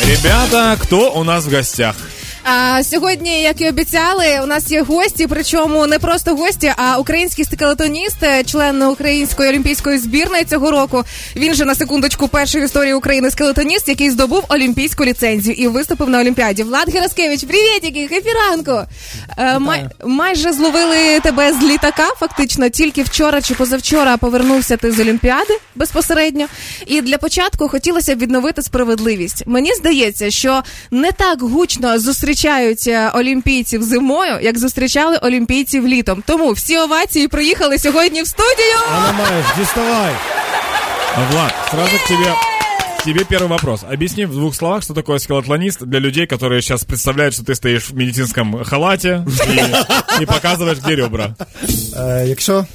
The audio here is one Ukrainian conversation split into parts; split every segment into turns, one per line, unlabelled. Ребята, хто у нас в гостях?
А, сьогодні, як і обіцяли, у нас є гості. Причому не просто гості, а український стикалатоніст, е, член української олімпійської збірної цього року. Він же на секундочку перший в історії України скелетоніст, який здобув олімпійську ліцензію і виступив на Олімпіаді. Влад Гераскевич, привітики, хепіранку. Е, май, майже зловили тебе з літака. Фактично, тільки вчора чи позавчора повернувся ти з Олімпіади безпосередньо. І для початку хотілося б відновити справедливість. Мені здається, що не так гучно зустрічають е, олімпійців зимою, як зустрічали олімпійців літом. Тому всі овації приїхали сьогодні в студію.
Ломаешь, доставай.
Влад, сразу к тебе, к тебе первый вопрос. Объясни в двух словах, что такое скелетлонист для людей, которые сейчас представляют, что ты стоишь в медицинском халате и, и показываешь, где ребра.
Е, якщо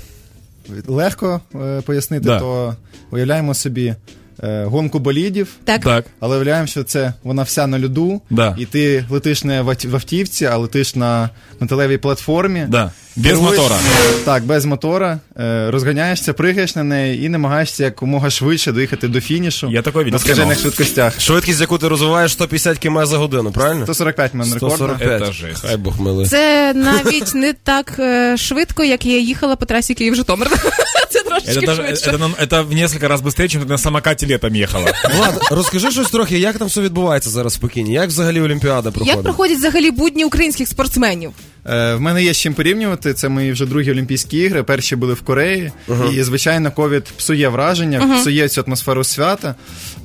легко е, пояснити,
Да.
то уявляємо собі е, гонку болідів,
Так,
Так.
але уявляємо, що це вона вся на льоду,
Да.
і ти летиш не в ат- в автівці, а летиш на металевій платформі.
Да. Без
Керуєш-
мотора.
Так, без мотора. Е, розганяєшся, пригаєш на неї і намагаєшся якомога швидше доїхати до фінішу.
Я такого
на
відео
скажених
знімав.
швидкостях.
Швидкість, яку ти розвиваєш 150 км за годину, правильно?
145 в мене рекорд.
Це жесть.
Хай Бог милий.
це навіть не так е, швидко, як я їхала по трасі Київ Житомир. Це трошечки
Это, даже,
швидше.
это, на- это в несколько раз быстрее, чем ты на самокате летом ехала.
Влад, розкажи щось трохи, як там все відбувається зараз в Пекіні? Як взагалі Олімпіада проходить?
Як проходять взагалі будні українських спортсменів?
Е, в мене є з чим порівнювати. Це мої вже другі Олімпійські ігри. Перші були в Кореї. І, звичайно, ковід псує враження, псує цю атмосферу свята.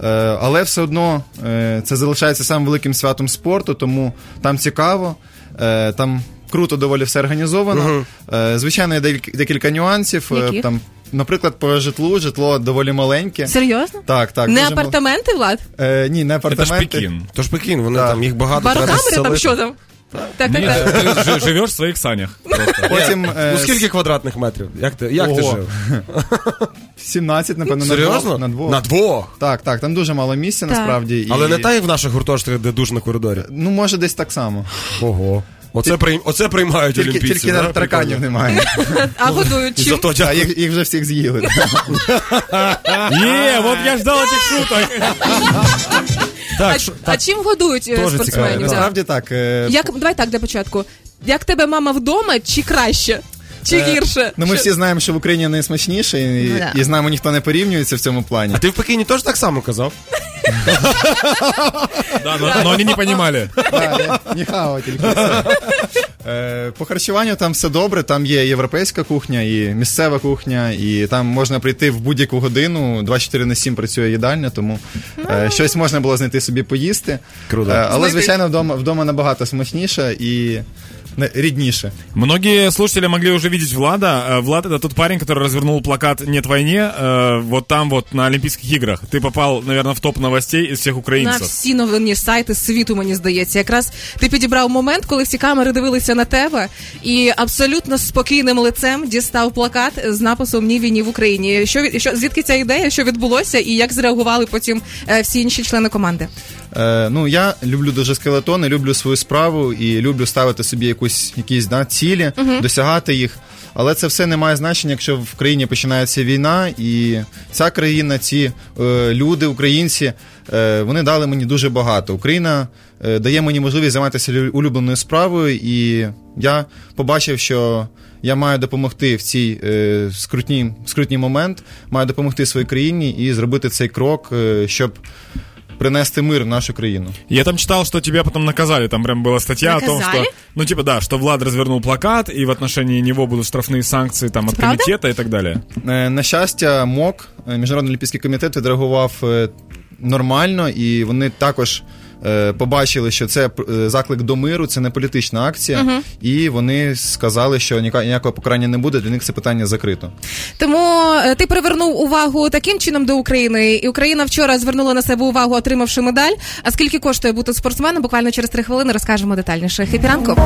Е, але все одно е, це залишається самим великим святом спорту, тому там цікаво. Е, там круто доволі все організовано. Е, звичайно, є декіль- декілька нюансів. Е,
Яких?
Там, наприклад, по житлу, житло доволі маленьке.
Серйозно?
Так, так.
не
дуже мал-
апартаменти, Влад?
Е, ні, не
Это ж
апартаменти.
Пекин.
Тож Пекін, вони
Так.
там їх багато треба
Барокамери там
розселити.
що там? Так, так,
Нет,
так.
ты ж- живешь в своих санях. просто.
Потім
Ні,
е,
Ну скільки квадратних метрів? Як ти, як ти
Ого.
жив?
17, напевно, на
Серйозно?
двох. На двох.
На двох.
Так, так, там дуже мало місця
Так.
насправді. І...
Але не так, як в наших гуртожитках, де душ на коридорі.
Ну, може, десь так само.
Ого. Оце, прийм... Оце приймають
Тільки,
олімпійці.
тільки
да?
на тараканів
Прикольно.
немає.
А
Ну,
годують чим?
Зато
Та,
дякую.
їх, їх вже всіх з'їли.
Е, вот я ждал этих шуток.
А,
Так, що-
а чим годують е,
Тоже
спортсменів?
цікаво,
да?
Насправді так. е,
Як давай так для початку. Як тебе мама вдома, чи краще? Чи
е,
гірше?
Ну, ми
Що-
всі знаємо, що в Україні найсмачніше, і,
Ну, да.
і з нами ніхто не порівнюється в цьому плані.
А ти в Пекіні теж так само казав?
Да, но, но они не понимали.
Да, я- Ніхао тільки. все. Е, По харчуванню там все добре, там є європейська кухня і місцева кухня, і там можна прийти в будь-яку годину, 24 на 7 працює їдальня, тому е, щось можна було знайти собі поїсти.
Круто.
Е, Але,
Знайти.
звичайно, вдома, вдома набагато смачніше і не- рідніше.
Многие слушатели могли уже видеть Влада. Э, Влад это тот парень, который развернул плакат «Нет войне» э, вот там вот на Олимпийских играх. Ты попал, наверное, в топ новостей из всех
На
украинцев.
всі новинні сайти світу, мені здається, якраз ти підібрав момент, коли всі камери дивилися на тебе, і абсолютно спокійним лицем дістав плакат з написом Ні війні в Україні. Що від- що звідки ця ідея? Що відбулося, і як зреагували потім е, всі інші члени команди?
Е, ну я люблю дуже скелетони, люблю свою справу і люблю ставити собі якусь якісь да, цілі, досягати їх. Але це все не має значення, якщо в країні починається війна, і ця країна, ці е, люди, українці, е, вони дали мені дуже багато. Україна е, дає мені можливість займатися лю- улюбленою справою, і я побачив, що я маю допомогти в цій е, скрутній, скрутній момент, маю допомогти своїй країні і зробити цей крок, е, щоб принести мир в нашу країну.
Я там читал, что тебя потом наказали. Там прям была статья о том,
Наказали?
что... Ну, типа, да, что Влад развернул плакат, и в отношении него будут штрафные санкции там от
правда?
комитета и так далее.
Е, На щастя, МОК, е, Міжнародний олімпійський комітет, відреагував е, нормально, і вони також е, побачили, що це е, заклик до миру, це не політична акція, і вони сказали, що ніяка- ніякого покарання не буде, для них це питання закрито.
Тому е, ти привернув увагу таким чином до України, і Україна вчора звернула на себе увагу, отримавши медаль. А скільки коштує бути спортсменом? Буквально через три хвилини розкажемо детальніше. Хепіранку.